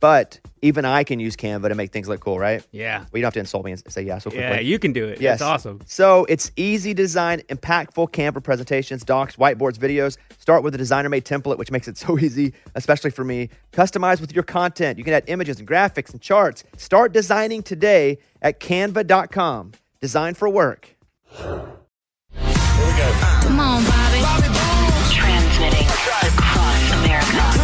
But even I can use Canva to make things look cool, right? Yeah. Well, you don't have to insult me and say yeah so quickly. Yeah, you can do it. Yes. It's awesome. So it's easy to design impactful Canva presentations, docs, whiteboards, videos. Start with a designer made template, which makes it so easy, especially for me. Customize with your content. You can add images and graphics and charts. Start designing today at canva.com. Design for work. Come on, Bobby. Transmitting across America.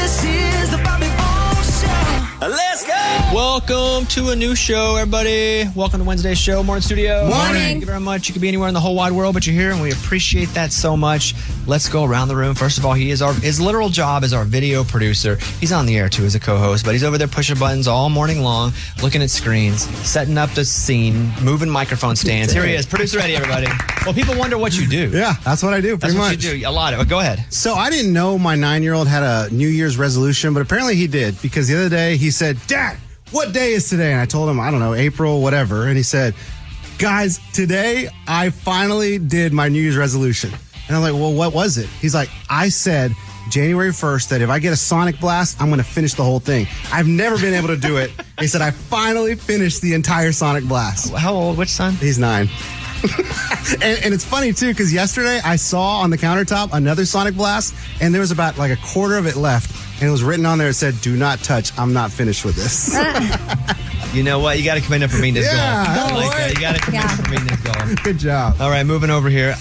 This is the Bobby Bones Show. Let's go! Welcome to a new show, everybody. Welcome to Wednesday's show, Morning Studio. Morning. Thank you very much. You could be anywhere in the whole wide world, but you're here, and we appreciate that so much. Let's go around the room. First of all, he is our his literal job is our video producer. He's on the air too as a co-host, but he's over there pushing buttons all morning long, looking at screens, setting up the scene, moving microphone stands. Here he is, producer Eddie, everybody. Well, people wonder what you do. Yeah, that's what I do. That's Pretty what much. you do. A lot of it. Go ahead. So I didn't know my nine-year-old had a New Year's resolution, but apparently he did because the other day he said, "Dad, what day is today?" And I told him, "I don't know, April, whatever." And he said, "Guys, today I finally did my New Year's resolution." And I'm like, "Well, what was it?" He's like, "I said." January 1st, that if I get a Sonic Blast, I'm going to finish the whole thing. I've never been able to do it. He said, I finally finished the entire Sonic Blast. How old? Which son? He's nine. and, and it's funny too because yesterday I saw on the countertop another Sonic Blast, and there was about like a quarter of it left, and it was written on there. It said, "Do not touch. I'm not finished with this." You know what? You got to commend him for being this Yeah, goal. I don't like worry. that. You got to commend him for being this goal. Good job. All right, moving over here.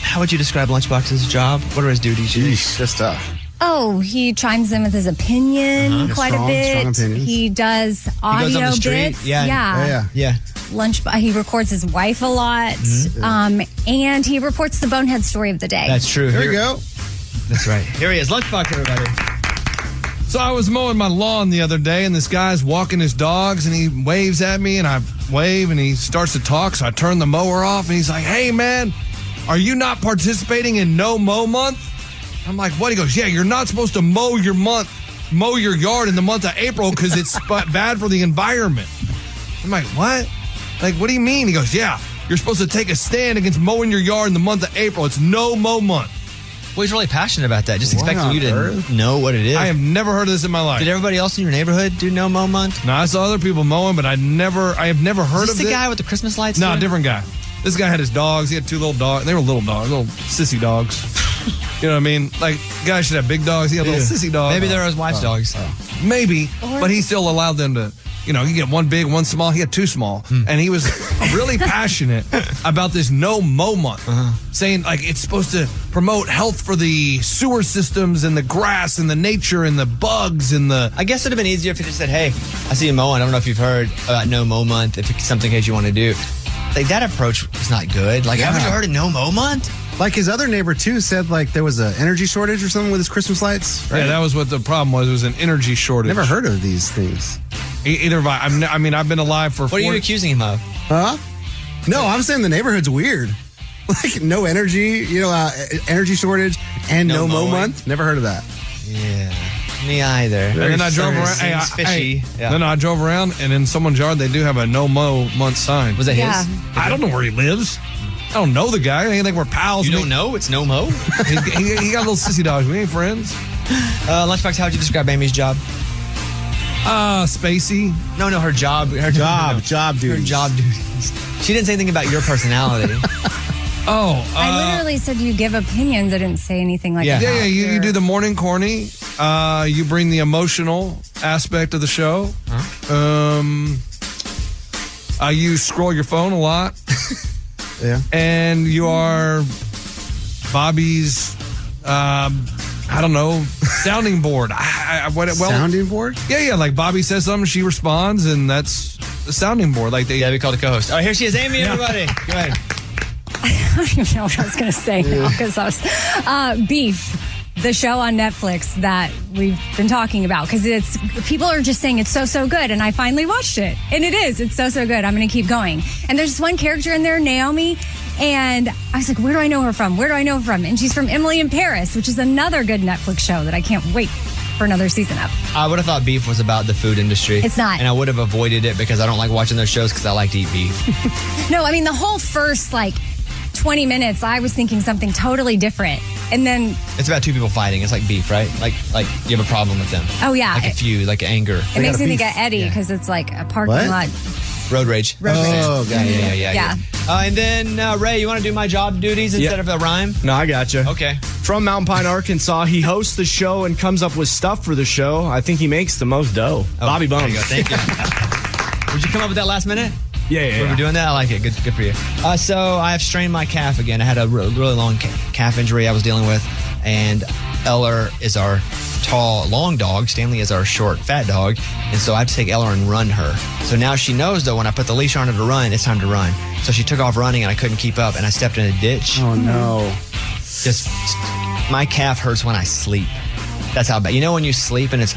How would you describe Lunchbox's job? What are his duties? that's tough. Oh, he chimes in with his opinion quite Strong- a strong bit. opinions. he does Uh-huh. on audio the street. bits. Yeah. Oh, yeah. Yeah. Yeah. Lunch. He records his wife a lot, um, and he reports the bonehead story of the day. Mm-hmm. That's true. There Here- we go. That's right. Here he is, Lunchbox, everybody. So I was mowing my lawn the other day, and this guy's walking his dogs, and he waves at me, and I wave, and he starts to talk. So I turn the mower off, and he's like, "Hey, man, are you not participating in No Mow Month?" I'm like, "What?" He goes, "Yeah, you're not supposed to mow your month, mow your yard in the month of April because it's sp- bad for the environment." I'm like, "What? Like, what do you mean?" He goes, "Yeah, you're supposed to take a stand against mowing your yard in the month of April. It's No Mow Month." Well, he's really passionate about that. Just expecting on you to earth? know what it is. I have never heard of this in my life. Did everybody else in your neighborhood do No Mo Month? No, I saw other people mowing, but I never, I have never heard Is of this the thi- guy with the Christmas lights? No, doing it? different guy. This guy had his dogs. He had two little dogs. They were little dogs, little sissy dogs. you know what I mean? Like guys should have big dogs. He had little sissy dogs. Maybe they're his wife's dogs. maybe, but he still allowed them to. You know, you get one big, one small. He had two small, Hmm. and he was really passionate about this no mow month, Uh-huh. saying like it's supposed to promote health for the sewer systems and the grass and the nature and the bugs and the I guess it would have been easier if he just said, hey, I see you mowing. I don't know if you've heard about No Mo Month, if it's something in case you want to do. Like, that approach is not good. Like, haven't Yeah. you heard of No Mo Month? Like his other neighbor too said, like there was an energy shortage or something with his Christmas lights. Right? Yeah, that was what the problem was. It was an energy shortage. Never heard of these things, E- either of I. I'm, ne- I mean, I've been alive for. What are you 40 accusing him of? huh? No, I'm saying the neighborhood's weird. Like no energy, you know, uh, energy shortage and No no, mo mowing. month. Never heard of that. Yeah. Me either. And then I drove around. Hey, I, Seems fishy. hey, Yeah. Then I drove around, and in someone's yard, they do have a no mow month sign. Was that Yeah. his? I don't know where he lives. don't know the guy. I ain't think we're pals. You We- don't know? It's no mo. he, he- he got a little sissy dog. We ain't friends. Uh, Lunchbox, how would you describe Amy's job? Uh, Ah, spacey. No, no, her job. Her Job, no, job Her duties. job duties. She didn't say anything about your personality. Oh, I uh, literally said you give opinions. I didn't say anything like Yeah. that. yeah, yeah. You, you do the morning corny. Uh, you bring the emotional aspect of the show. Um, uh, you scroll your phone a lot, Yeah. and you are Bobby's. Um, I don't know, sounding board. I, I, what, well, Sounding board? yeah, yeah. Like Bobby says something, she responds, and that's the sounding board. Like they, yeah, we called a co-host. All right, here she is, Amy. Everybody, go ahead. I don't even know what I was going to say because I was uh, beef. The show on Netflix that we've been talking about because it's people are just saying it's so so good, and I finally watched it, and it is. It's so so good. I'm going to keep going. And there's this one character in there, Naomi, and I was like, where do I know her from? Where do I know her from? And she's from Emily in Paris, which is another good Netflix show that I can't wait for another season of. I would have thought beef was about the food industry. It's not. and I would have avoided it because I don't like watching those shows because I like to eat beef. No, I mean the whole first like 20 minutes, I was thinking something totally different, and then it's about two people fighting. It's like beef, right? Like, like you have a problem with them. Oh, yeah. like a feud, like anger, It makes got a me think beef. of Eddie because it's like a parking What? lot. road rage. Road rage. Oh, yeah, God. yeah, yeah, yeah. Yeah. Uh, and then uh, Ray, you want to do my job duties instead of a rhyme? No, I gotcha. Okay. From Mountain Pine, Arkansas, he hosts the show and comes up with stuff for the show. I think he makes the most dough. Oh, Bobby Oh, There Bones. you go. Thank you. Would you come up with that last minute? Yeah, yeah, We yeah. were doing that. I like it. Good, good for you. Uh, so I have strained my calf again. I had a re- really long ca- calf injury I was dealing with, and Eller is our tall, long dog. Stanley is our short, fat dog, and so I have to take Eller and run her. So now she knows though when I put the leash on her to run, it's time to run. So she took off running, and I couldn't keep up, and I stepped in a ditch. Oh, no. Just my calf hurts when I sleep. That's how bad. You know when you sleep and it's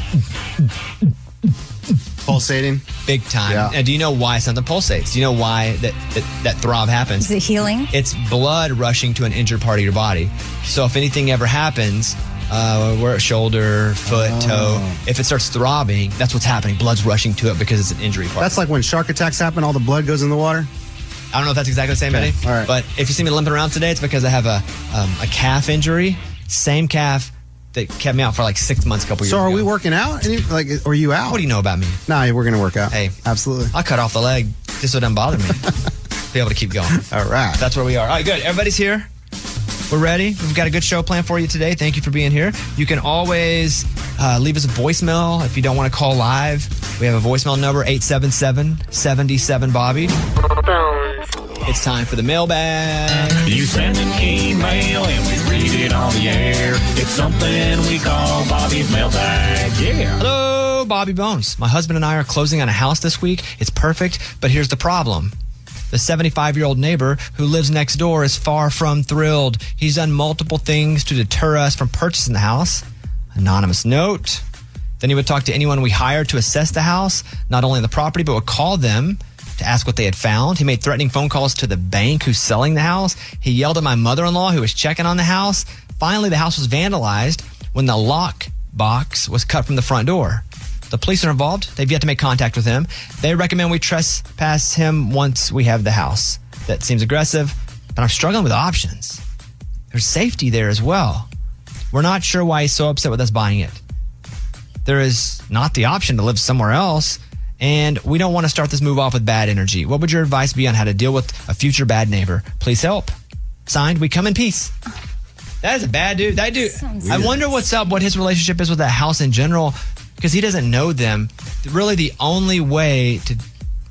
Pulsating. big time. Yeah. And do you know why something pulsates? Do you know why that that, that throb happens? Is it healing? It's blood rushing to an injured part of your body. So if anything ever happens, uh, where shoulder, foot, Oh. toe, if it starts throbbing, that's what's happening. Blood's rushing to it because it's an injury part. That's like when shark attacks happen, all the blood goes in the water. I don't know if that's exactly the same, Okay, Eddie. all right. But if you see me limping around today, it's because I have a um, a calf injury. Same calf that kept me out for like six months, a couple years So are ago. we working out? Any, like, are you out? What do you know about me? Nah, we're going to work out. Hey. Absolutely. I'll cut off the leg just so it doesn't bother me. Be able to keep going. All right. That's where we are. All right, good. Everybody's here. We're ready. We've got a good show planned for you today. Thank you for being here. You can always uh, leave us a voicemail if you don't want to call live. We have a voicemail number 877 77 Bobby. It's time for the mailbag. You send an email and we read it on the air. It's something we call Bobby's mailbag. Yeah. Hello, Bobby Bones. My husband and I are closing on a house this week. It's perfect, but here's the problem. The 75 year old neighbor who lives next door is far from thrilled. He's done multiple things to deter us from purchasing the house. Anonymous note. Then he would talk to anyone we hired to assess the house, not only the property, but would call them to ask what they had found. He made threatening phone calls to the bank who's selling the house. He yelled at my mother in law who was checking on the house. Finally, the house was vandalized when the lock box was cut from the front door. The police are involved. They've yet to make contact with him. They recommend we trespass him once we have the house. That seems aggressive, but I'm struggling with options. There's safety there as well. We're not sure why he's so upset with us buying it there is not the option to live somewhere else. And we don't want to start this move off with bad energy. What would your advice be on how to deal with a future bad neighbor? Please help. Signed, we come in peace. That is a bad dude. That dude. Sounds I wonder what's up, what his relationship is with that house in general, because he doesn't know them. Really, the only way to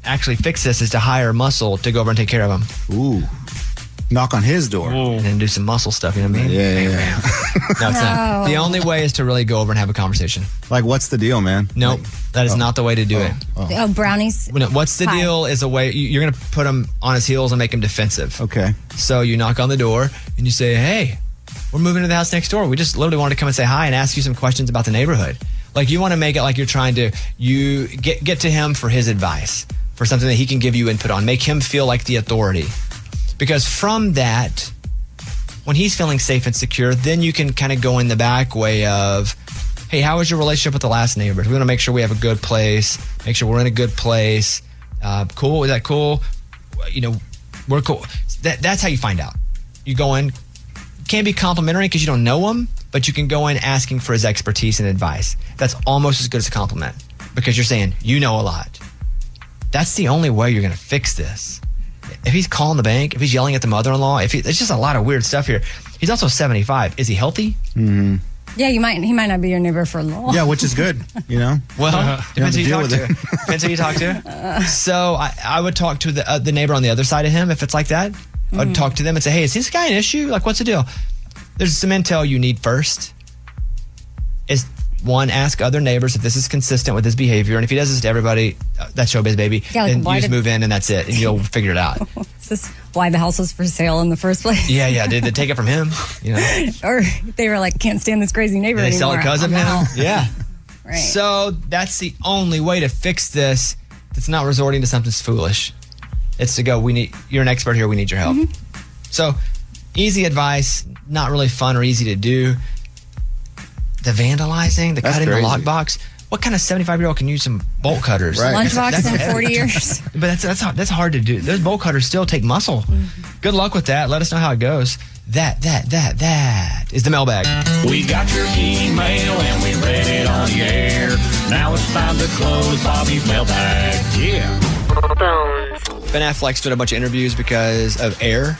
actually fix this is to hire muscle to go over and take care of him Ooh. Knock on his door. and then do some muscle stuff. You know what I mean? Yeah, yeah, yeah. No, it's not. No. The only way is to really go over and have a conversation. Like, what's the deal, man? Nope, that is not the way to do it. Oh, brownies. When it- What's the Fine. deal? Is a way you- you're going to put him on his heels and make him defensive. Okay. So you knock on the door and you say, "Hey, we're moving to the house next door. We just literally wanted to come and say hi and ask you some questions about the neighborhood." Like you want to make it like you're trying to you get get to him for his advice for something that he can give you input on. Make him feel like the authority, because from that, when he's feeling safe and secure, then you can kind of go in the back way of, hey, how was your relationship with the last neighbors? We want to make sure we have a good place, make sure we're in a good place. Uh, cool, is that cool? You know, We're cool. That, that's how you find out. You go in, can't be complimentary because you don't know him, but you can go in asking for his expertise and advice. That's almost as good as a compliment because you're saying, you know a lot. That's the only way you're going to fix this. If he's calling the bank, if he's yelling at the mother in law, if he, it's just a lot of weird stuff here. He's also 75. Is he healthy? Mm-hmm. Yeah, you might. He might not be your neighbor for long. you know? Well, You have depends who you to deal talk with it. to. depends who you talk to. So I, I would talk to the, uh, the neighbor on the other side of him if it's like that. I'd Mm-hmm. Mhm. talk to them and say, hey, is this guy an issue? Like, what's the deal? There's some intel you need first. Is one, ask other neighbors if this is consistent with his behavior. And if he does this to everybody, uh, that's showbiz, baby. Yeah, like, then why you just did- move in and that's it. And you'll figure it out. Is this why the house was for sale in the first place? yeah, yeah. Did they take it from him? You know? or they were like, can't stand this crazy neighbor Did they sell anymore. it because of I'm him? out. Yeah. Right. So that's the only way to fix this. That's not resorting to something foolish. It's to go. We need. You're an expert here. We need your help. Mm-hmm. So easy advice. Not really fun or easy to do. The vandalizing, the That's cutting crazy. the lockbox. What kind of 75 year old can use some bolt cutters? Right. Lunchbox That's- in that's- 40 years. But that's that's hard, that's hard to do. Those bolt cutters still take muscle. Mm-hmm. Good luck with that. Let us know how it goes. That that that that is the mailbag. We got your email and we read it on the air. Now it's time to close Bobby's mailbag. Yeah. Ben Affleck's done a bunch of interviews because of Air.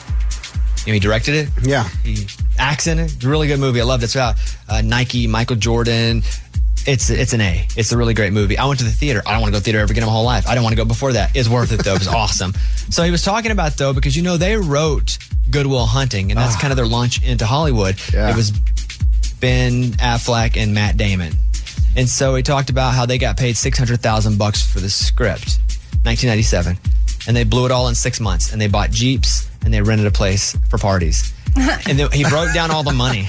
You know, he directed it. Yeah. He acts in it. It's a really good movie. I loved it. It's about uh, Nike, Michael Jordan. It's it's an A. It's a really great movie. I went to the theater. I don't want to go to theater ever again in my whole life. I don't want to go before that. It's worth it though. It was awesome. So he was talking about though because you know they wrote Goodwill Hunting and that's kind of their launch into Hollywood. It was Ben Affleck and Matt Damon. And so he talked about how they got paid 600,000 bucks for the script, 1997. And they blew it all in 6 months and they bought Jeeps and they rented a place for parties. and then he broke down all the money.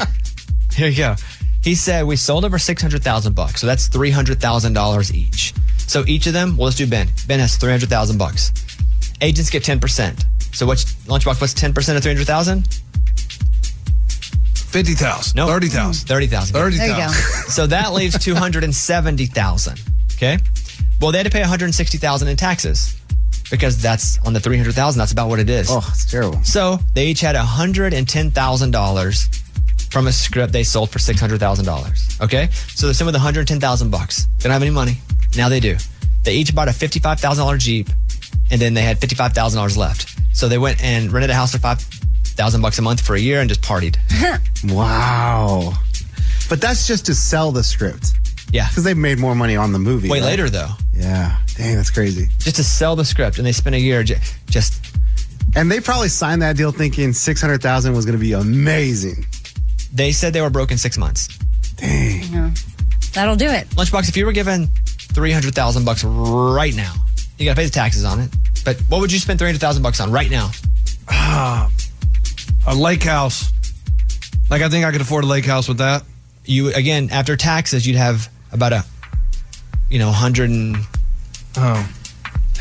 Here you go. He said we sold over 600,000 bucks. So that's $300,000 each. So each of them, well let's do Ben. Ben has 300,000 bucks. Agents get 10%. So what's Lunchbox what's 10% of 300,000? 50,000. No. 30,000. 30,000. There you go. 30,000. so that leaves 270,000. Okay. Well, they had to pay 160,000 in taxes because that's on the 300,000. That's about what it is. Oh, it's terrible. So they each had $110,000 from a script they sold for $600,000. Okay. So they're some of the 110,000 bucks. They don't have any money. Now they do. They each bought a $55,000 Jeep and then they had $55,000 left. So they went and rented a house for 5,000 bucks a month for a year and just partied. Wow. But that's just to sell the script. Yeah. Because they've made more money on the movie. Way right? later though. Yeah. Dang, that's crazy. just to sell the script and they spent a year j- just And they probably signed that deal thinking 600000 was going to be amazing. They said they were broke in six months. Yeah. That'll do it. lunchbox if you were given 300000 bucks right now you gotta pay the taxes on it but what would you spend 300000 bucks on right now Ah, a lake house. Like I think I could afford a lake house with that. You again after taxes, you'd have about a you know 100 and oh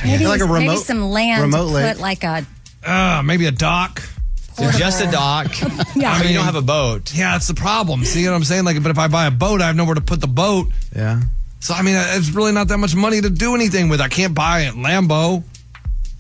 Maybe, maybe some land remote to lake. put like a uh, maybe a dock. just a dock Yeah. I mean, you don't have a boat. Yeah, that's the problem. See what I'm saying? Like, but if I buy a boat, I have nowhere to put the boat. Yeah. So I mean, it's really not that much money to do anything with. I can't buy a Lambo.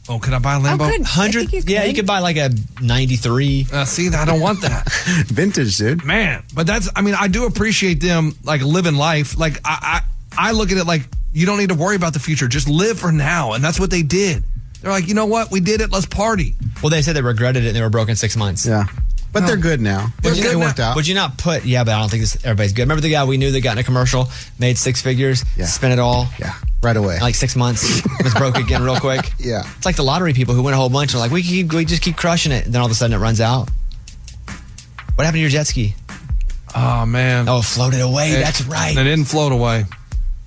Oh, could I buy a Lambo? good. I Hundred- think you yeah, could. you could buy like a '93. Uh, see, I don't want that. Vintage, dude. Man, but that's. I mean, I do appreciate them like living life. Like I, I, I look at it like you don't need to worry about the future. Just live for now, and that's what they did. They're like, you know what? We did it. Let's party. well they said they regretted it and they were broke in six months yeah But they're good now. Would Oh. you, it worked out. would you not put? Yeah, but I don't think this, everybody's good. Remember the guy we knew that got in a commercial, made six figures, spent it all. Yeah, right away. Like six months, was broke again real quick. Yeah. It's like the lottery people who win a whole bunch and are like, we keep, we just keep crushing it, and then all of a sudden it runs out. What happened to your jet ski? Oh man! Oh, it floated away. That's right. It didn't float away.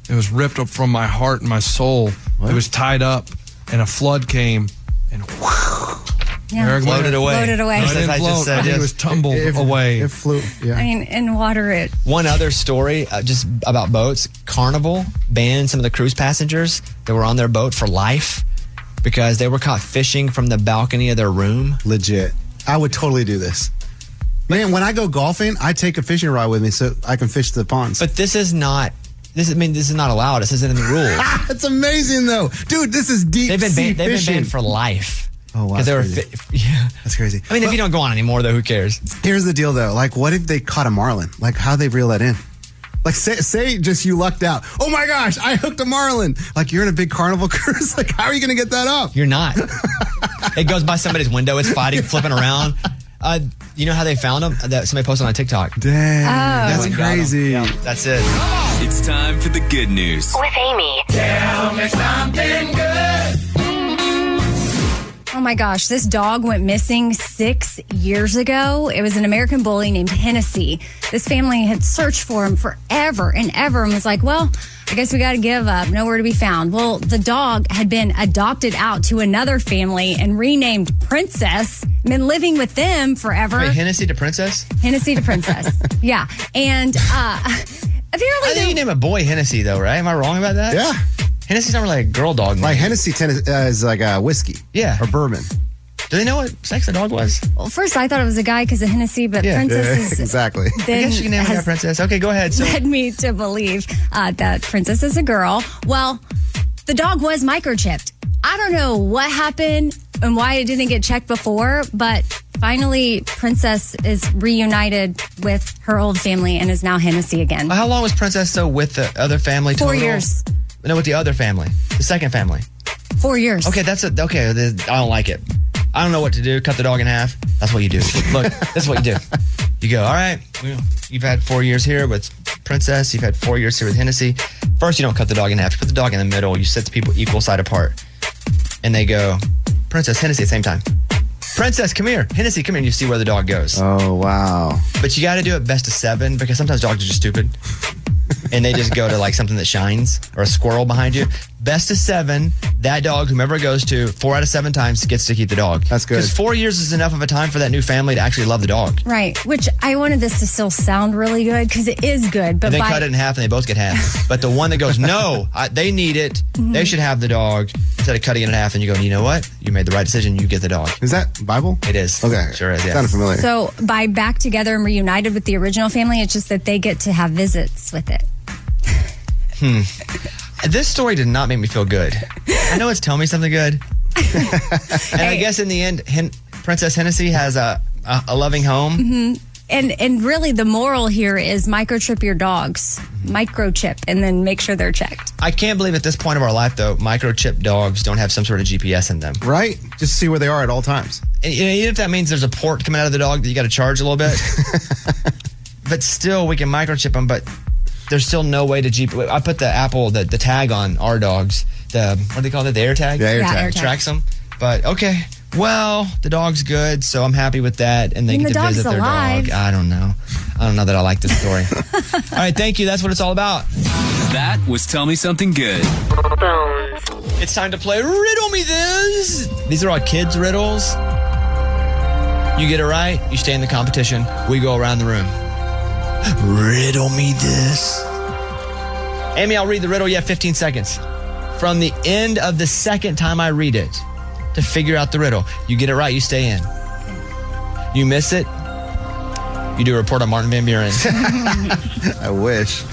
It was ripped up from my heart and my soul. It was tied up, and a flood came, and Yeah. there it went. Floated away. Floated away. No, it Just as didn't I just float. said, I think yes. it was tumbled It- it- away. it flew. I mean, and water it. One other story, uh, just about boats. Carnival banned some of the cruise passengers that were on their boat for life because they were caught fishing from the balcony of their room. Legit. I would totally do this. Man, when I go golfing, I take a fishing rod with me so I can fish the ponds. But this is not. This I mean, this is not allowed. This isn't in the rules. That's amazing, though, dude. This is deep. They've been sea banned, they've been fishing. banned for life. Oh, wow. Because they were, that's crazy. fi- yeah. That's crazy. I mean, if you don't go on anymore, though, who cares? Here's the deal, though. Like, what if they caught a marlin? Like, how they reel that in? Like, say, say just you lucked out. Oh my gosh, I hooked a marlin. Like, you're in a big carnival cruise. Like, how are you going to get that up? You're not. it goes by somebody's window. It's fighting, flipping around. Uh, you know how they found them? That somebody posted on TikTok. Dang, that's crazy. that's it. It's time for the good news. With Amy. Tell me something good. Oh my gosh, this dog went missing six years ago. It was an American bully named Hennessy. This family had searched for him forever and ever and was like, well, I guess we got to give up. Nowhere to be found. Well, the dog had been adopted out to another family and renamed Princess, been living with them forever. Wait, Hennessy to Princess? Hennessy to Princess. yeah. And uh, apparently, I think you name a boy Hennessy, though, right? Am I wrong about that? Yeah. Hennessy's not really a girl dog. Like, Hennessy tennis, uh, is like a whiskey. Yeah. Or bourbon. Do they know what sex the dog was? well, first I thought it was a guy because of Hennessy, but Princess is exactly. then I guess you can name it has- that princess. Okay, go ahead. So, led me to believe uh, that Princess is a girl. Well, the dog was microchipped. I don't know what happened and why it didn't get checked before, but finally, Princess is reunited with her old family and is now Hennessy again. how long was Princess though with the other family? Four total? years. No, with the other family, the second family. Four years. Okay, that's a, okay. th- I don't like it. I don't know what to do. Cut the dog in half. That's what you do. Look, that's what you do. You go. All right. well, You've had four years here with Princess. You've had four years here with Hennessy. First, you don't cut the dog in half. You put the dog in the middle. You set the people equal side apart, and they go Princess Hennessy at the same time. Princess, come here. Hennessy, come here. And you see where the dog goes. Oh, wow. But you got to do it best of seven because sometimes dogs are just stupid and they just go to like something that shines or a squirrel behind you. Best of seven, that dog, whomever it goes to, four out of seven times gets to keep the dog. That's good. Because four years is enough of a time for that new family to actually love the dog. Right, which I wanted this to still sound really good because it is good, but and they by, cut it in half and they both get half. but the one that goes, no, I, they need it. They should have the dog instead of cutting it in half. And you go, you know what? You made the right decision. You get the dog. Is that Bible? It is. Okay. Sure is. Yeah. Sounded familiar. so by back together and reunited with the original family, it's just that they get to have visits with it. Hmm. This story did not make me feel good. I know it's telling me something good. and I guess in the end, Hen- Princess Hennessy has a, a, a loving home. hmm And and really, the moral here is microchip your dogs, microchip, and then make sure they're checked. I can't believe at this point of our life, though, microchip dogs don't have some sort of GPS in them. Right? Just see where they are at all times. And, you know, even if that means there's a port coming out of the dog that you got to charge a little bit. but still, we can microchip them, but there's still no way to GPS. I put the Apple, the, the tag on our dogs. The, what do they call it? The air tag? Yeah, air Yeah, tag. air tag. Tracks them. But okay. Well, the dog's good, so I'm happy with that. And they And get the to dog's visit their alive. dog. I don't know. I don't know that I like this story. all right, thank you. That's what it's all about. That was Tell Me Something Good. It's time to play Riddle Me This. These are all kids' riddles. You get it right, you stay in the competition. We go around the room. Riddle me this. Amy, I'll read the riddle. You have 15 seconds. From the end of the second time I read it to figure out the riddle. You get it right, you stay in. You miss it, you do a report on Martin Van Buren. I wish.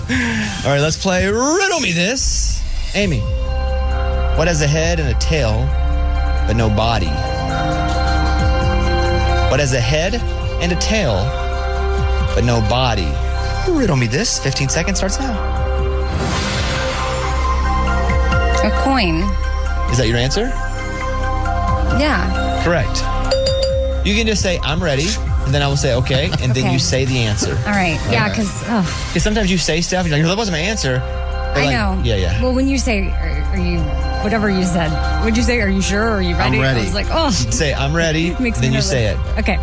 All right, let's play Riddle Me This. Amy, what has a head and a tail, but no body? What has a head and a tail, but no body? Riddle Me This. 15 seconds starts now. A coin, Is that your answer? yeah. Correct. You can just say, I'm ready, and then I will say, okay, and then Okay. you say the answer. All right, yeah, Okay. because oh, Because sometimes you say stuff, you're like, that wasn't my answer. But I like, know. Yeah, yeah. Well, when you say, are, are you whatever you said? Would you say, are you sure? Are you ready? I'm ready. I was like, oh, Say, I'm ready, makes me then you nervous. say it. Okay,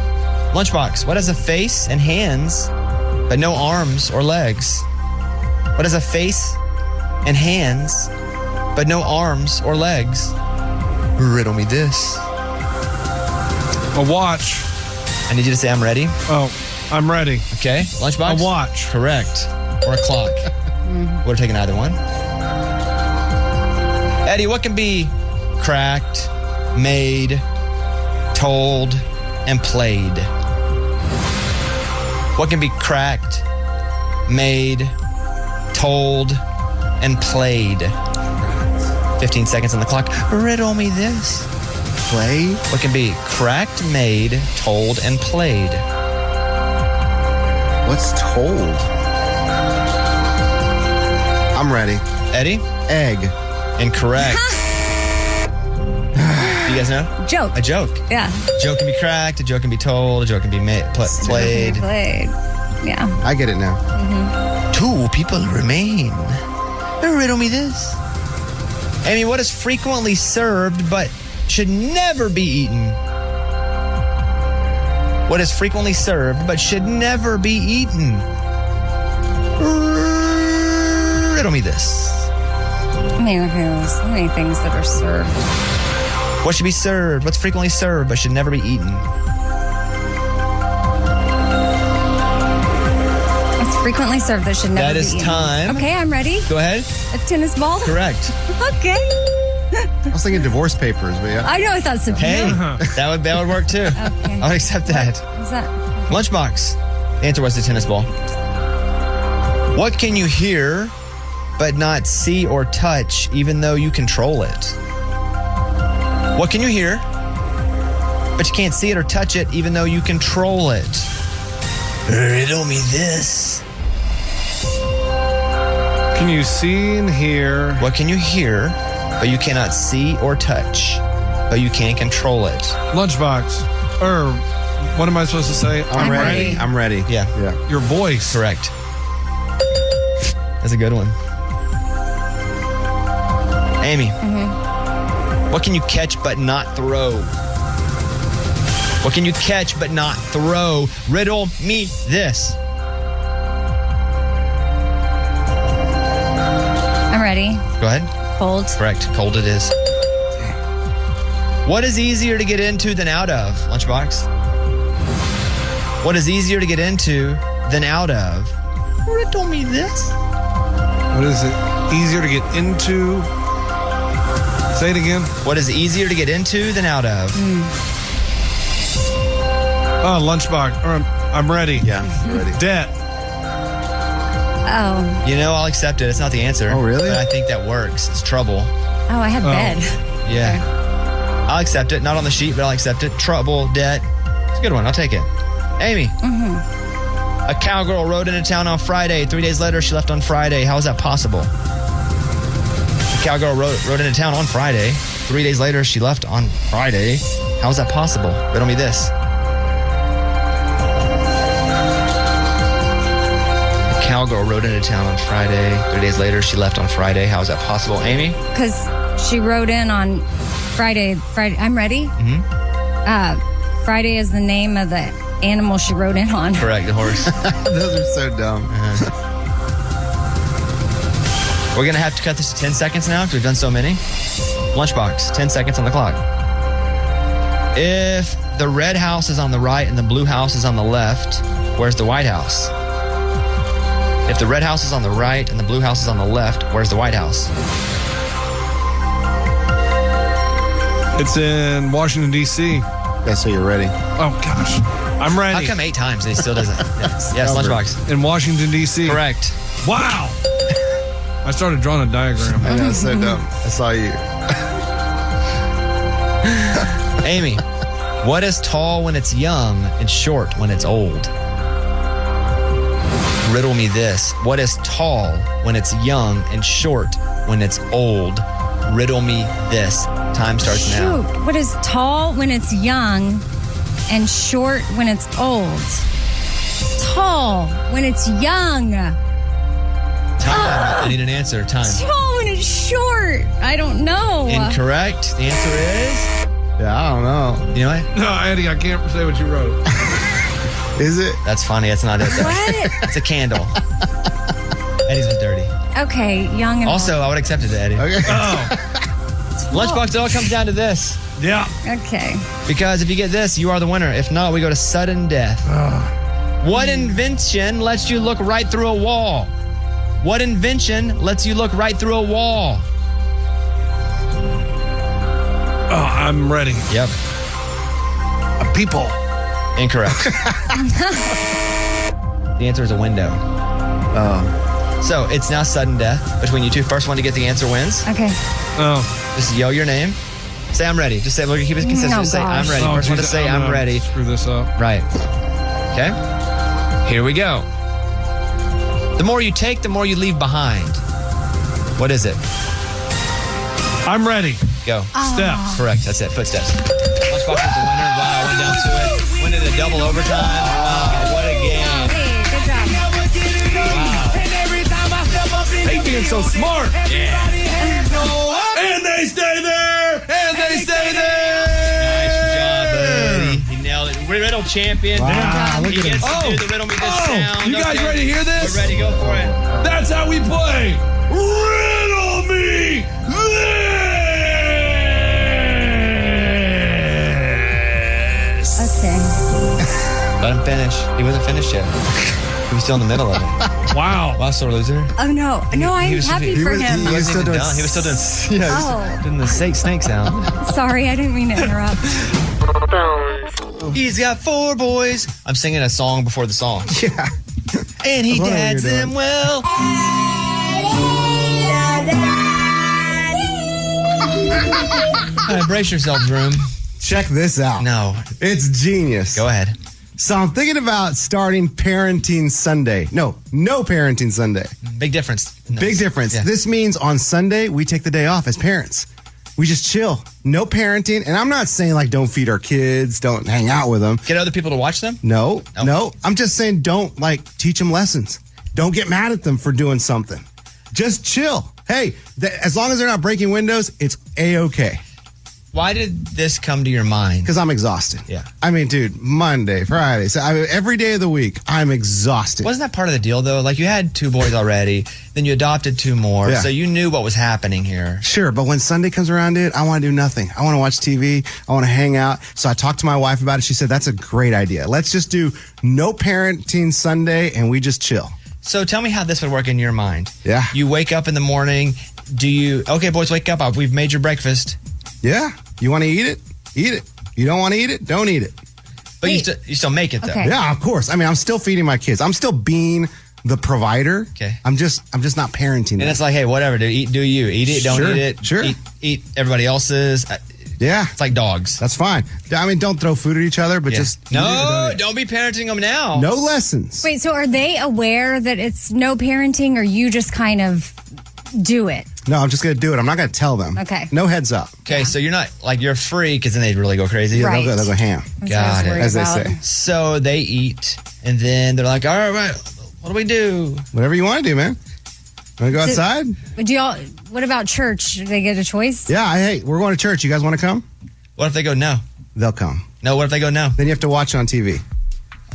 Lunchbox, what has a face and hands, but no arms or legs? What has a face and hands, but no arms or legs? Riddle me this. A watch. I need you to say I'm ready. Oh, I'm ready. Okay. Lunchbox? A watch. Correct. Or a clock. We're taking either one. Eddie, what can be cracked, made, told, and played? What can be cracked, made, told, and played? 15 seconds on the clock. Riddle me this. play? What can be cracked, made, told, and played? What's told? I'm ready. Eddie? Egg. Incorrect. Do you guys know? Joke. A joke. Yeah. A joke can be cracked, a joke can be told, a joke can be ma- pl- played. Played. Yeah. I get it now. Two people remain. Riddle me this. Amy, what is frequently served but should never be eaten? What is frequently served but should never be eaten? Riddle me this. I mean, there's so many things that are served. What should be served? What's frequently served but should never be eaten? It's frequently served that should never That be is eaten. time. Okay, I'm ready. Go ahead. A tennis ball? Correct. okay. I was thinking divorce papers, but yeah. I know, I thought so. Hey, that would that would work too. I would accept that. Is that Lunchbox. The answer was the tennis ball. What can you hear but not see or touch, even though you control it? What can you hear, but you can't see it or touch it, even though you control it? Riddle me this. Can you see and hear? What can you hear, but you cannot see or touch, but you can't control it? Lunchbox. Or what am I supposed to say? I'm ready. I'm ready. Yeah. Yeah. Your voice. Correct. That's a good one. Amy, what can you catch but not throw? What can you catch but not throw? Riddle me this. I'm ready. Go ahead. Cold. Correct. Cold it is. What is easier to get into than out of? Lunchbox. What is easier to get into than out of? Riddle me this. What is it? Easier to get into? Say it again. What is easier to get into than out of? Oh, lunchbox. Or I'm, I'm ready. Yeah, ready. Debt. Oh. You know, I'll accept it. It's not the answer. Oh, really? But I think that works. It's trouble. Oh, I had Oh. bed. Yeah. I'll accept it. Not on the sheet, but I'll accept it. Trouble, debt. It's a good one. I'll take it. Amy. A cowgirl rode into town on Friday. Three days later, she left on Friday. How is that possible? A cowgirl rode, rode into town on Friday. Three days later, she left on Friday. How is that possible? Riddle me this. A cowgirl rode into town on Friday. Three days later, she left on Friday. How is that possible? Amy? Because she wrote in on Friday. Friday. I'm ready. Mhm. Uh, Friday is the name of the animal she wrote in on. Correct, the horse. Those are so dumb. We're gonna have to cut this to 10 seconds now because we've done so many. Lunchbox, 10 seconds on the clock. If the red house is on the right and the blue house is on the left, where's the White House? If the red house is on the right and the blue house is on the left, where's the White House? It's in Washington, D.C. Yeah, so you're ready. Oh, gosh. I'm How ready. come eight times and he still doesn't? yes, yes, Lunchbox. In Washington, D.C. Correct. Wow. I started drawing a diagram. I know, it's so dumb. I saw you. Amy, what is tall when it's young and short when it's old? Riddle me this. What is tall when it's young and short when it's old? Riddle me this. Time starts Shoot. now. What is tall when it's young and short when it's old? Tall when it's young. Time. I need an answer. Time. Tall when it's short. I don't know. Incorrect. The answer Yeah, I don't know. is. You know what? No, Eddie, I can't say what you wrote. Is it? That's funny. That's not it. though. What? It's a candle. Eddie's was dirty. Okay, young and Also, I would accept it, Eddie. Okay. Lunchbox, it all comes down to this. Oh, Yeah. old. Okay. Because if you get this, you are the winner. If not, we go to sudden death. Ah. What invention lets you look right through a wall? What invention lets you look right through a wall? Oh, I'm ready. Yep. A people. Incorrect. the answer is a window. Oh. So it's now sudden death between you two. First one to get the answer wins. Okay. Oh, Just yell your name. Say I'm ready. Just say we're gonna keep it consistent. No, Just say I'm gosh. ready. Oh, First one to geez, say I'm I'm gonna ready. Screw this up. Right. Okay. Here we go. The more you take, the more you leave behind. What is it? I'm ready. Go. Ah. Steps. Correct. That's it. Footsteps. Lunchbox is the winner. Wow. Went down to it. Went into double overtime. Wow. What a game. Hey, being so smart. Yeah. And they stay there. And they stay there. Buddy, He nailed it. Riddle champion. Wow, look he at him. gets to Oh. do the riddle me this Oh, sound. you guys ready to hear this? We're ready. Go for it. That's how we play. Riddle me Let him finish. He wasn't finished yet. He was still in the middle of it. wow. Wow, sore loser. Oh no, no, I'm happy for him. He, was still doing, he was still doing, yeah, he was Oh. doing the snake, snake sound. Sorry, I didn't mean to interrupt. He's got four boys. I'm singing a song before the song. Yeah. And he What are you dads doing? them well. All right, brace yourself, room. Check this out. No. It's genius. Go ahead. So I'm thinking about starting Parenting Sunday. No, no Parenting Sunday. Big difference. Big difference. This means on Sunday, we take the day off as parents. We just chill. No parenting. And I'm not saying like don't feed our kids, don't hang out with them. Get other people to watch them? No, no. I'm just saying don't like teach them lessons. Don't get mad at them for doing something. Just chill. Hey, th- as long as they're not breaking windows, it's a okay. Why did this come to your mind? Because I'm exhausted. Yeah. I mean, dude, Monday, Friday, so I mean, every day of the week, I'm exhausted. Wasn't that part of the deal though? Like you had two boys already, then you adopted two more, Yeah. so you knew what was happening here. Sure, but when Sunday comes around, dude, I want to do nothing. I want to watch TV. I want to hang out. So I talked to my wife about it. She said, that's a great idea. Let's just do no parenting Sunday and we just chill. So tell me how this would work in your mind. Yeah. You wake up in the morning. Do you? Okay, boys, wake up. We've made your breakfast. Yeah. You want to eat it? Eat it. You don't want to eat it? Don't eat it. But you, st- you still make it though. Yeah, of course. I mean, I'm still feeding my kids. I'm still being the provider. Okay. I'm just, I'm just not parenting. And them. it's like, hey, whatever, dude. Eat, do you eat it? Don't Sure, eat it. sure. Eat, eat everybody else's. I- yeah. It's like dogs. That's fine. I mean, don't throw food at each other, but Yeah. just no, don't be parenting them now. no lessons. Wait, so are they aware that it's no parenting, or you just kind of do it? No, I'm just going to do it. I'm not going to tell them. Okay. No heads up. Okay, so you're not like you're free because then they'd really go crazy. Yeah, they'll go- Right. they'll go ham. That's what I was Got it, worried As they about. say. So they eat, and then they're like, all right, what do we do? Whatever you want to do, man. Want to go So- outside? Would y'all? What about church? Do they get a choice? Yeah, I- hey, we're going to church. You guys want to come? What if they go no? They'll come. No, what if they go no? Then you have to watch it on TV.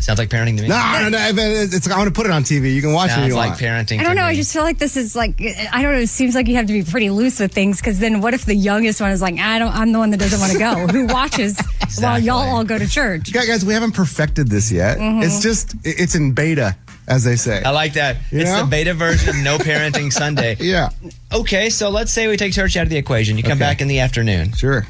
Sounds like parenting to me. No, no, no. if it- It's, I'm going to put it on TV. You can watch it. Sounds You like want. parenting. I to don't know. me. I just feel like this is like I don't know. It seems like you have to be pretty loose with things because then what if the youngest one is like "Ah, I don't I'm the one that doesn't want to go who watches while y'all all go to church. Guys, guys, we haven't perfected this yet. Mhm. It's just it- it's in beta, as they say. I like that. You it's know? the beta version of No Parenting Sunday. Yeah. Okay, so let's say we take church out of the equation. You come back in the afternoon. Sure.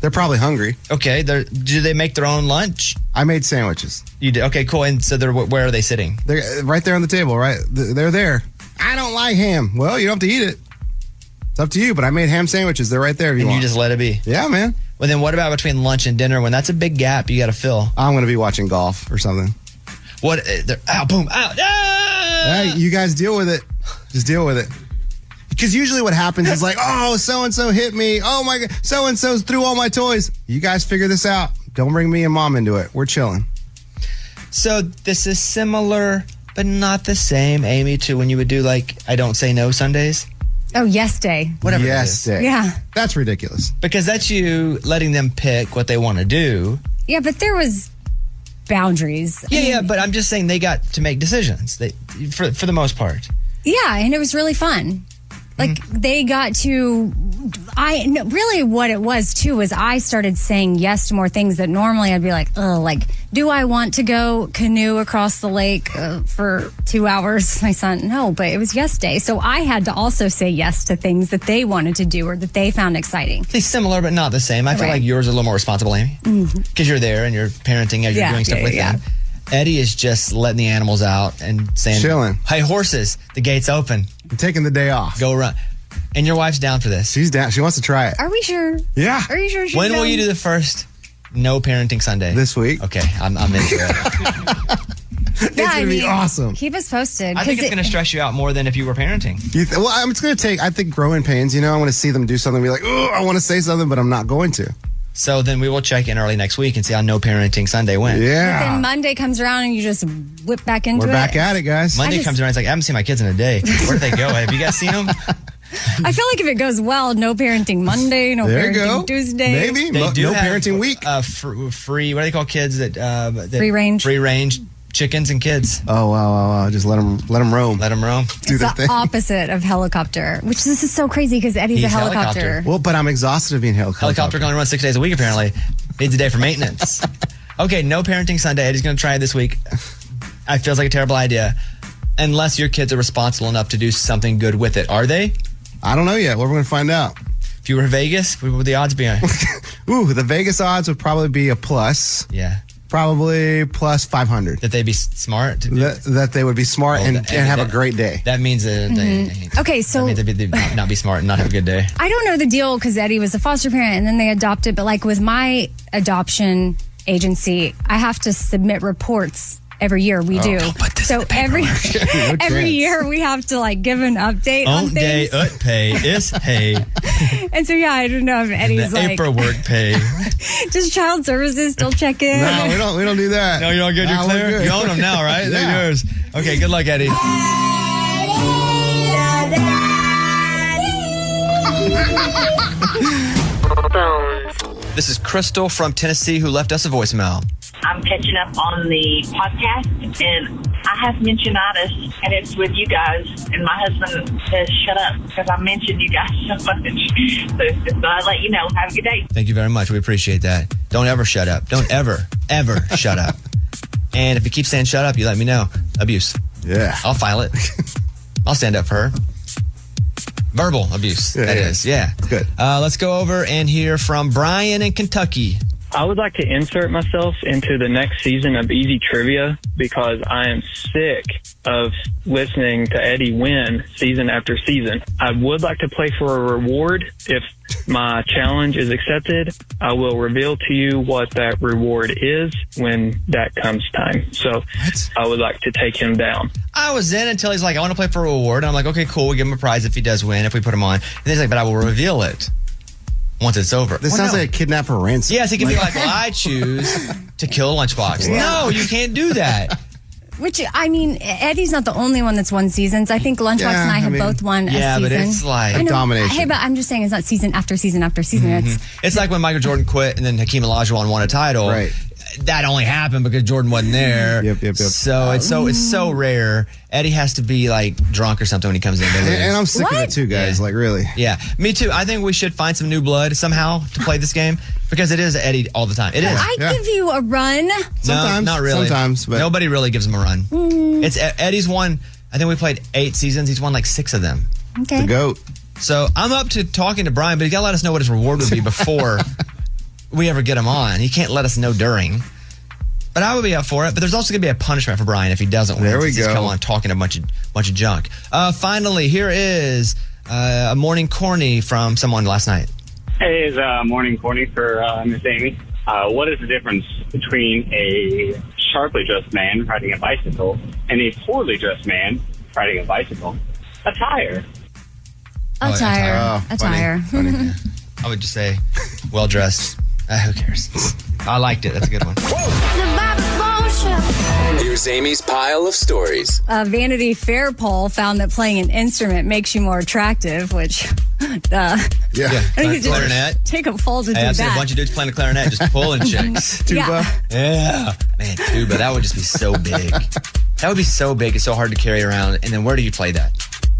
They're probably hungry. Okay. They're, do they make their own lunch? I made sandwiches. You did. Okay, cool. And so they're where are they sitting? They're uh, right there on the table. Right, Th- they're there. I don't like ham. Well, you don't have to eat it. It's up to you. But I made ham sandwiches. They're right there. If you and you want. just let it be. Yeah, man. Well, then what about between lunch and dinner when that's a big gap you got to fill? I'm going to be watching golf or something. What? uh, They're, ow, ah! boom, out. Hey, you guys deal with it. Just deal with it. Because usually what happens is like, oh, so and so hit me. Oh my god, so and so's threw all my toys. You guys figure this out. Don't bring me and mom into it. We're chilling. So this is similar, but not the same, Amy, to when you would do like I don't say no Sundays. Oh yes day. Whatever. Yes, It is. Dave. Yeah. That's ridiculous. Because that's you letting them pick what they want to do. Yeah, but there was boundaries. Yeah, yeah, but I'm just saying they got to make decisions. They for for the most part. Yeah, and it was really fun. Like Mm-hmm. they got to, I no, really what it was too was I started saying yes to more things that normally I'd be like, oh, like do I want to go canoe across the lake uh, for two hours? My son, no, but it was yes day, so I had to also say yes to things that they wanted to do or that they found exciting. They're similar, but not the same. I feel Right. Mm-hmm. like yours are a little more responsible, Amy, because you're there and you're parenting as you're Yeah, doing stuff yeah, with yeah. them. Eddie is just letting the animals out and saying, Chilling. Hey, horses, the gate's open. I'm taking the day off. Go run. And your wife's down for this. She's down. She wants to try it. Are we sure? Yeah. Are you sure? she's When will down? you do the first no parenting Sunday? This week. Okay, I'm, I'm into it. It's gonna be awesome. Keep us posted. I think 'cause it's it- going to stress you out more than if you were parenting. You th- well, I'm just gonna take. I think growing pains. You know, I want to see them do something. and Be like, oh, I want to say something, but I'm not going to. So then we will check in early next week and see how no parenting Sunday went. But then Monday comes around and you just whip back into it. guys. Monday I just- comes around. It's like I haven't seen my kids in a day. Where did they go? Have you guys seen them? I feel like if it goes well, no parenting Monday, no parenting Tuesday. parenting week. Uh, fr- free. What do they call kids that, uh, that- Free range. Free range chickens and kids. Oh wow, wow, wow! Just let them let them roam. Let them roam. Do It's that the thing. opposite of helicopter, which this is so crazy because Eddie's a He's helicopter. helicopter. Well, but I'm exhausted of being helicopter. Helicopter can only run six days a week. Apparently, needs a day for maintenance. okay, no parenting Sunday. Eddie's going to try it this week. I feels like a terrible idea, unless your kids are responsible enough to do something good with it. Are they? I don't know yet. We're going to find out. If you were in Vegas, what would the odds be? Ooh, the Vegas odds would probably be a plus. Yeah. Probably plus 500. That they'd be smart. That, that they would be smart and, and have a great day. That means that they, Okay, so that means they'd, be, they'd not- not be smart and not have a good day. I don't know the deal because Eddie was a foster parent and then they adopted, but like with my adoption agency, I have to submit reports every year. We Oh, do. don't put so every No every chance. year we have to like give an update on Own day, uh. things. ut pay, is hey, And so yeah, I don't know if and the Eddie's like paperwork pay. does child services still check in? No, we don't. We don't do that. No, you're all good. You're Nah, we're clear. good. You own them now, right? They're Yeah. yours. Okay, good luck, Eddie. This is Crystal from Tennessee who left us a voicemail. I'm catching up on the podcast, and I have mentionitis, and it's with you guys. And my husband says, "Shut up," because I mentioned you guys so much. So, so I let you know. Have a good day. Thank you very much. We appreciate that. Don't ever shut up. Don't ever, ever shut up. And if you keep saying shut up, you let me know. Abuse. Yeah. I'll file it. I'll stand up for her. Verbal abuse. that is. Yeah. Good. Uh, let's go over and hear from Brian in Kentucky. I would like to insert myself into the next season of Easy Trivia because I am sick of listening to Eddie win season after season. I would like to play for a reward. If my challenge is accepted, I will reveal to you what that reward is when that comes time. So I would like to take him down. I was in until he's like, I want to play for a reward. And I'm like, okay, cool. We'll give him a prize if he does win, if we put him on. And then he's like, but I will reveal it once it's over. This Well, sounds no. like a kidnapper ransom. Yes, he can be like, well, I choose to kill Lunchbox. Yeah. No, you can't do that. Which I mean, Eddie's not the only one that's won seasons. I think Lunchbox Yeah, and I I have mean- both won. Yeah, a but season. it's like- I know. Domination. Hey, but I'm just saying it's not season after season after season. It's Mhm. It's like when Michael Jordan quit and then Hakeem Olajuwon won a title. Right. That only happened because Jordan wasn't there. Yep, yep, yep. So it's so it's so rare. Eddie has to be like drunk or something when he comes in. And, and I'm sick of it too, guys. Like really. Yeah, me too. I think we should find some new blood somehow to play this game because it is Eddie all the time. It is. I give you a run. No, not really. Sometimes, but nobody really gives him a run. Mm, It's E, Eddie's won. I think we played eight seasons. He's won like six of them. okay. goat. So I'm up to talking to Brian, but he got to let us know what his reward would be before we ever get him on. He can't let us know during. But I would be up for it. But there's also going to be a punishment for Brian if he doesn't win. There we since He's go. come on talking a bunch of bunch of junk. Uh, finally, here is uh, a morning corny from someone last night. Hey, it's uh, morning corny for uh, Miss Amy. Uh, what is the difference between a sharply dressed man riding a bicycle and a poorly dressed man riding a bicycle? A tire. A tire. Oh, a tire. I would just say, well dressed. Uh, who cares? I liked it. That's a good one. Here's Amy's pile of stories. a Vanity Fair poll found that playing an instrument makes you more attractive, which, uh, Yeah. I think you just Clarinet. take a poll to Hey, do I've seen a that. bunch of dudes playing the clarinet, just pulling chicks. Yeah. Yeah. Man, tuba, that would just be so big. that would be so big. It's so hard to carry around. And then where do you play that?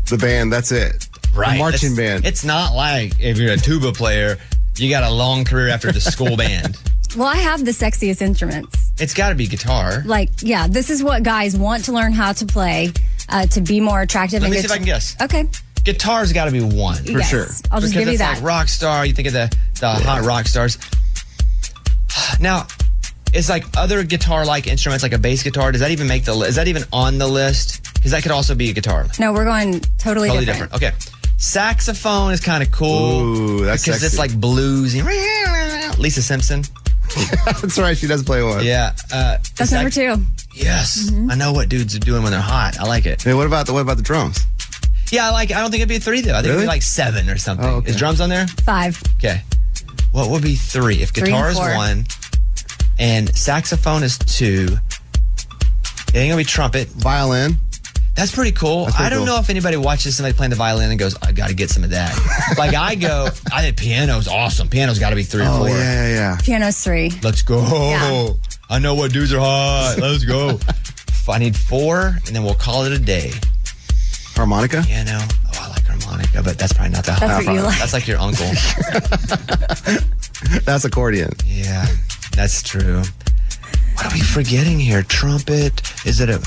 The band. That's it. Right. The marching That's- band. It's not like if you're a tuba player, you got a long career after the school band. Well, I have the sexiest instruments. It's got to be guitar. Like, yeah, this is what guys want to learn how to play uh, to be more attractive. Let and me get see if I can to- guess. Okay. Guitar's got to be one for Yes. sure. I'll Because just give you it's that. Like rock star, you think of the the hot rock stars. Now, it's like other guitar like instruments, like a bass guitar. Does that even make the? li- Is that even on the list? Because that could also be a guitar. No, we're going totally, Totally different. different. Okay. Saxophone is kind of cool Ooh, that's because it's sexy. like bluesy. Lisa Simpson. that's right. She does play one. Yeah. Uh, That's number two. Yes. Mm-hmm. I know what dudes are doing when they're hot. I like it. Hey, what about the what about the drums? Yeah, I like. I don't think it'd be a three though. I think it'd Really? be like seven or something. Oh, okay. Is drums on there? Five. Okay. What would be three? If Three and guitar is four. one, and saxophone is two, it ain't gonna be trumpet. Violin. That's pretty cool. That's pretty I don't cool. know if anybody watches somebody playing the violin and goes, "I got to get some of that." like I go, I think piano's awesome. Piano's got to be three or Oh four. yeah, yeah, yeah. Piano's three. Let's go. Yeah. I know what dudes are hot. Let's go. F- I need four, and then we'll call it a day. Harmonica? Yeah, no. Oh, I like harmonica, but that's probably not that That's what you like. That's like your uncle. That's accordion. yeah, that's true. What are we forgetting here? Trumpet? Is it a.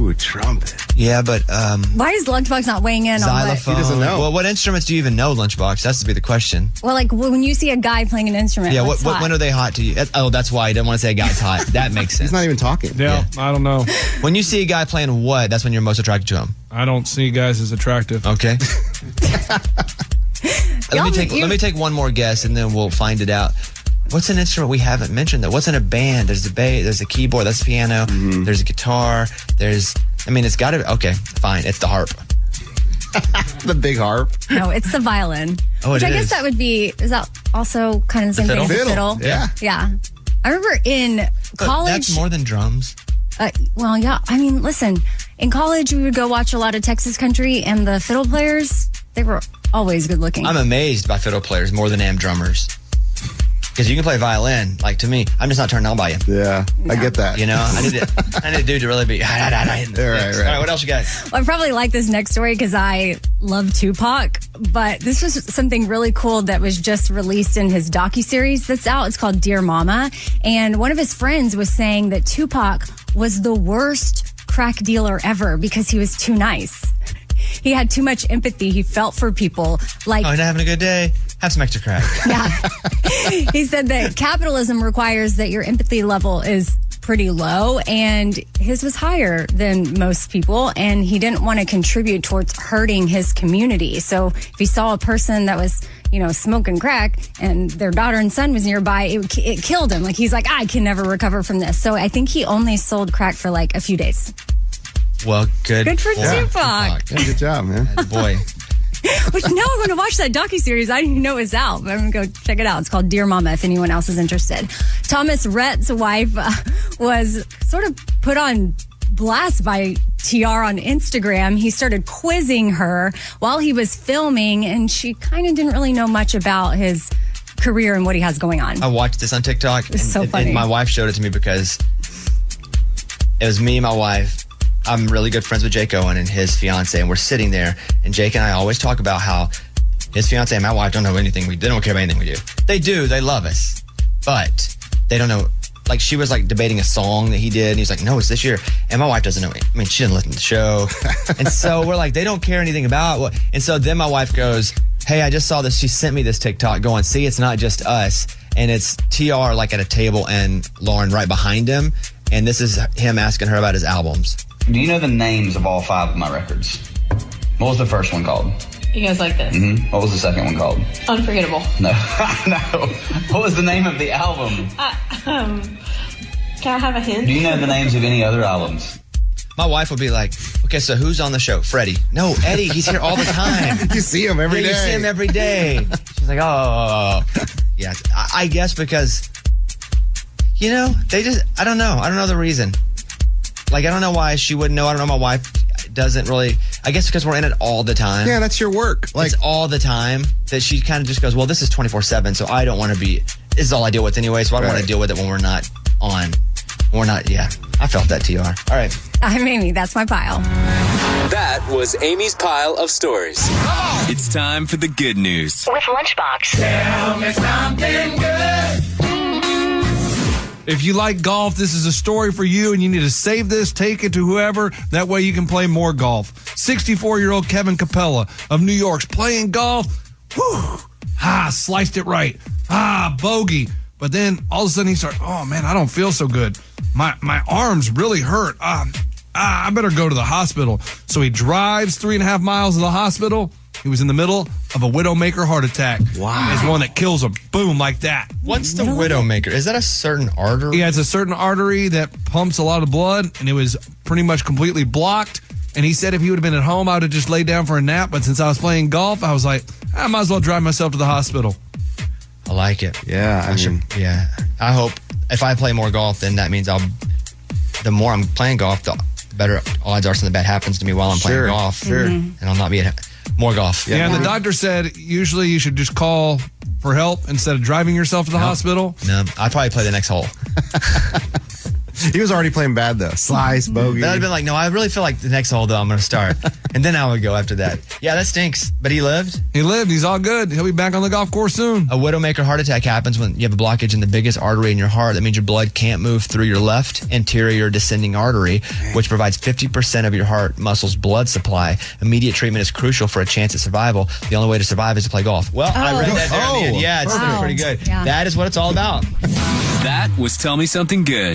Ooh, trumpet. Yeah, but. um Why is Lunchbox not weighing in on Xylophone. what? Well, what instruments do you even know, Lunchbox? That's to be the question. Well, like when you see a guy playing an instrument. yeah, what, what's what, hot? when are they hot to you? That- Oh, that's why I didn't want to say a guy's hot. That makes sense. He's not even talking. Yeah, I don't know. When you see a guy playing what, that's when you're most attracted to him. I don't see guys as attractive. Okay. let me Y'all- take you- let me take one more guess, and then we'll find it out. What's an instrument we haven't mentioned though? What's in a band? There's a bass, there's a keyboard, that's piano, there's a guitar, there's I mean it's gotta okay, fine, it's the harp. the big harp. No, it's the violin. Oh, it which I guess is. that would be is that also kind of the The same thing as fiddle? the fiddle? Fiddle, yeah. Yeah. I remember in But college. That's more than drums. uh, well, yeah. I mean, listen. In college, we would go watch a lot of Texas country, and the fiddle players they were always good looking. I'm amazed by fiddle players more than I am drummers. Because you can play violin, like to me, I'm just not turned on by you. Yeah, I get that. You know, I need to, I need a dude to really be. Right, right, All right, what else you got? Well, I probably like this next story because I love Tupac, but this was something really cool that was just released in his docu series that's out. It's called Dear Mama, and one of his friends was saying that Tupac was the worst crack dealer ever because he was too nice. He had too much empathy. He felt for people. Like Oh, you're not having a good day? Have some extra crack. he said that capitalism requires that your empathy level is pretty low and his was higher than most people and he didn't want to contribute towards hurting his community so if he saw a person that was you know smoking crack and their daughter and son was nearby it, it killed him like he's like i can never recover from this so i think he only sold crack for like a few days Well, good. Good for Yeah. Tupac. Yeah, good job, man. Boy, Which now I'm going to watch that docu series. I didn't even know it was out, but I'm going to go check it out. It's called Dear Mama. If anyone else is interested, Thomas Rhett's wife uh, was sort of put on blast by TR on Instagram. He started quizzing her while he was filming, and she kind of didn't really know much about his career and what he has going on. I watched this on TikTok. and- so and- funny. And my wife showed it to me because it was me and my wife. I'm really good friends with Jake Owen and his fiance, and we're sitting there, and Jake and I always talk about how his fiance and my wife don't know anything. We they don't care about anything we do. They do. They love us, but they don't know. Like she was like debating a song that he did, and he's like, "No, it's this year." And my wife doesn't know. It. I mean, she didn't listen to the show, and so we're like, they don't care anything about. What, and so then my wife goes, "Hey, I just saw this. She sent me this TikTok. Going, see, it's not just us." And it's Tr like at a table, and Lauren right behind him, and this is him asking her about his albums. Do you know the names of all five of my records? What was the first one called? You guys like this? hmm What was the second one called? Unforgettable. No, no. What was the name of the album? Uh, um, can I have a hint? Do you know the names of any other albums? My wife would be like, "Okay, so who's on the show? Freddie? No, Eddie. He's here all the time. you see him every yeah, day. You see him every day." She's like, "Oh, yeah." I, I guess because you know they just—I don't know. I don't know the reason. Like, I don't know why she wouldn't know. I don't know. My wife doesn't really. I guess because we're in it all the time. Yeah, that's your work. Like it's all the time that she kind of just goes, "Well, this is twenty four seven, so I don't want to be. This is all I deal with anyway, so I don't want to deal with it when we're not on. When we're not. Yeah, I felt that. Tr. All right. I'm Amy. That's my pile. That was Amy's pile of stories. It's time for the good news. With Lunchbox. Tell me something good. If you like golf, this is a story for you, and you need to save this, take it to whoever. That way you can play more golf. 64 year old Kevin Capella of New York's playing golf. Whew. Ah, sliced it right. Ah, bogey. But then all of a sudden he starts, oh man, I don't feel so good. My my arms really hurt. Ah, ah, I better go to the hospital. So he drives three and a half miles to the hospital. He was in the middle of a Widowmaker heart attack. Wow. It's one that kills him. Boom, like that. What's the Widowmaker? Is that a certain artery? Yeah, it's a certain artery that pumps a lot of blood, and it was pretty much completely blocked. And he said if he would have been at home, I would have just laid down for a nap. But since I was playing golf, I was like, "Ah, I might as well drive myself to the hospital. I like it. Yeah, I, should. Yeah, I hope if I play more golf, then that means I'll. The more I'm playing golf, the better odds are something bad happens to me while I'm Sure, playing golf. sure. Mhm. and I'll not be at more golf. Yeah, and the doctor said usually you should just call for help instead of driving yourself to the hospital. No, I'd probably play the next hole. He was already playing bad though. Slice, bogey. Then I'd been like, no, I really feel like the next hole though I'm going to start, and then I would go after that. Yeah, that stinks. But he lived. He lived. He's all good. He'll be back on the golf course soon. A widowmaker heart attack happens when you have a blockage in the biggest artery in your heart. That means your blood can't move through your left anterior descending artery, which provides 50% of your heart muscle's blood supply. Immediate treatment is crucial for a chance at survival. The only way to survive is to play golf. Well, I Oh. read that there. at the end. Oh, Yeah, it's perfect. pretty good. Yeah. That is what it's all about. That was Tell Me Something Good.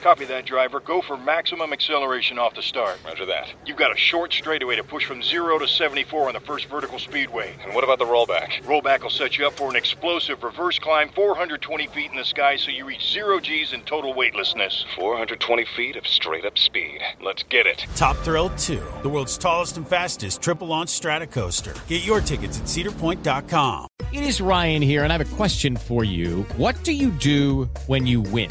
Copy that, driver. Go for maximum acceleration off the start. Roger that. You've got a short straightaway to push from 0 to 74 on the first vertical speedway. And what about the rollback? Rollback will set you up for an explosive reverse climb 420 feet in the sky so you reach 0 G's in total weightlessness. 420 feet of straight up speed. Let's get it. Top Thrill 2, the world's tallest and fastest triple launch strata coaster. Get your tickets at cedarpoint.com. It is Ryan here, and I have a question for you. What do you do when you win?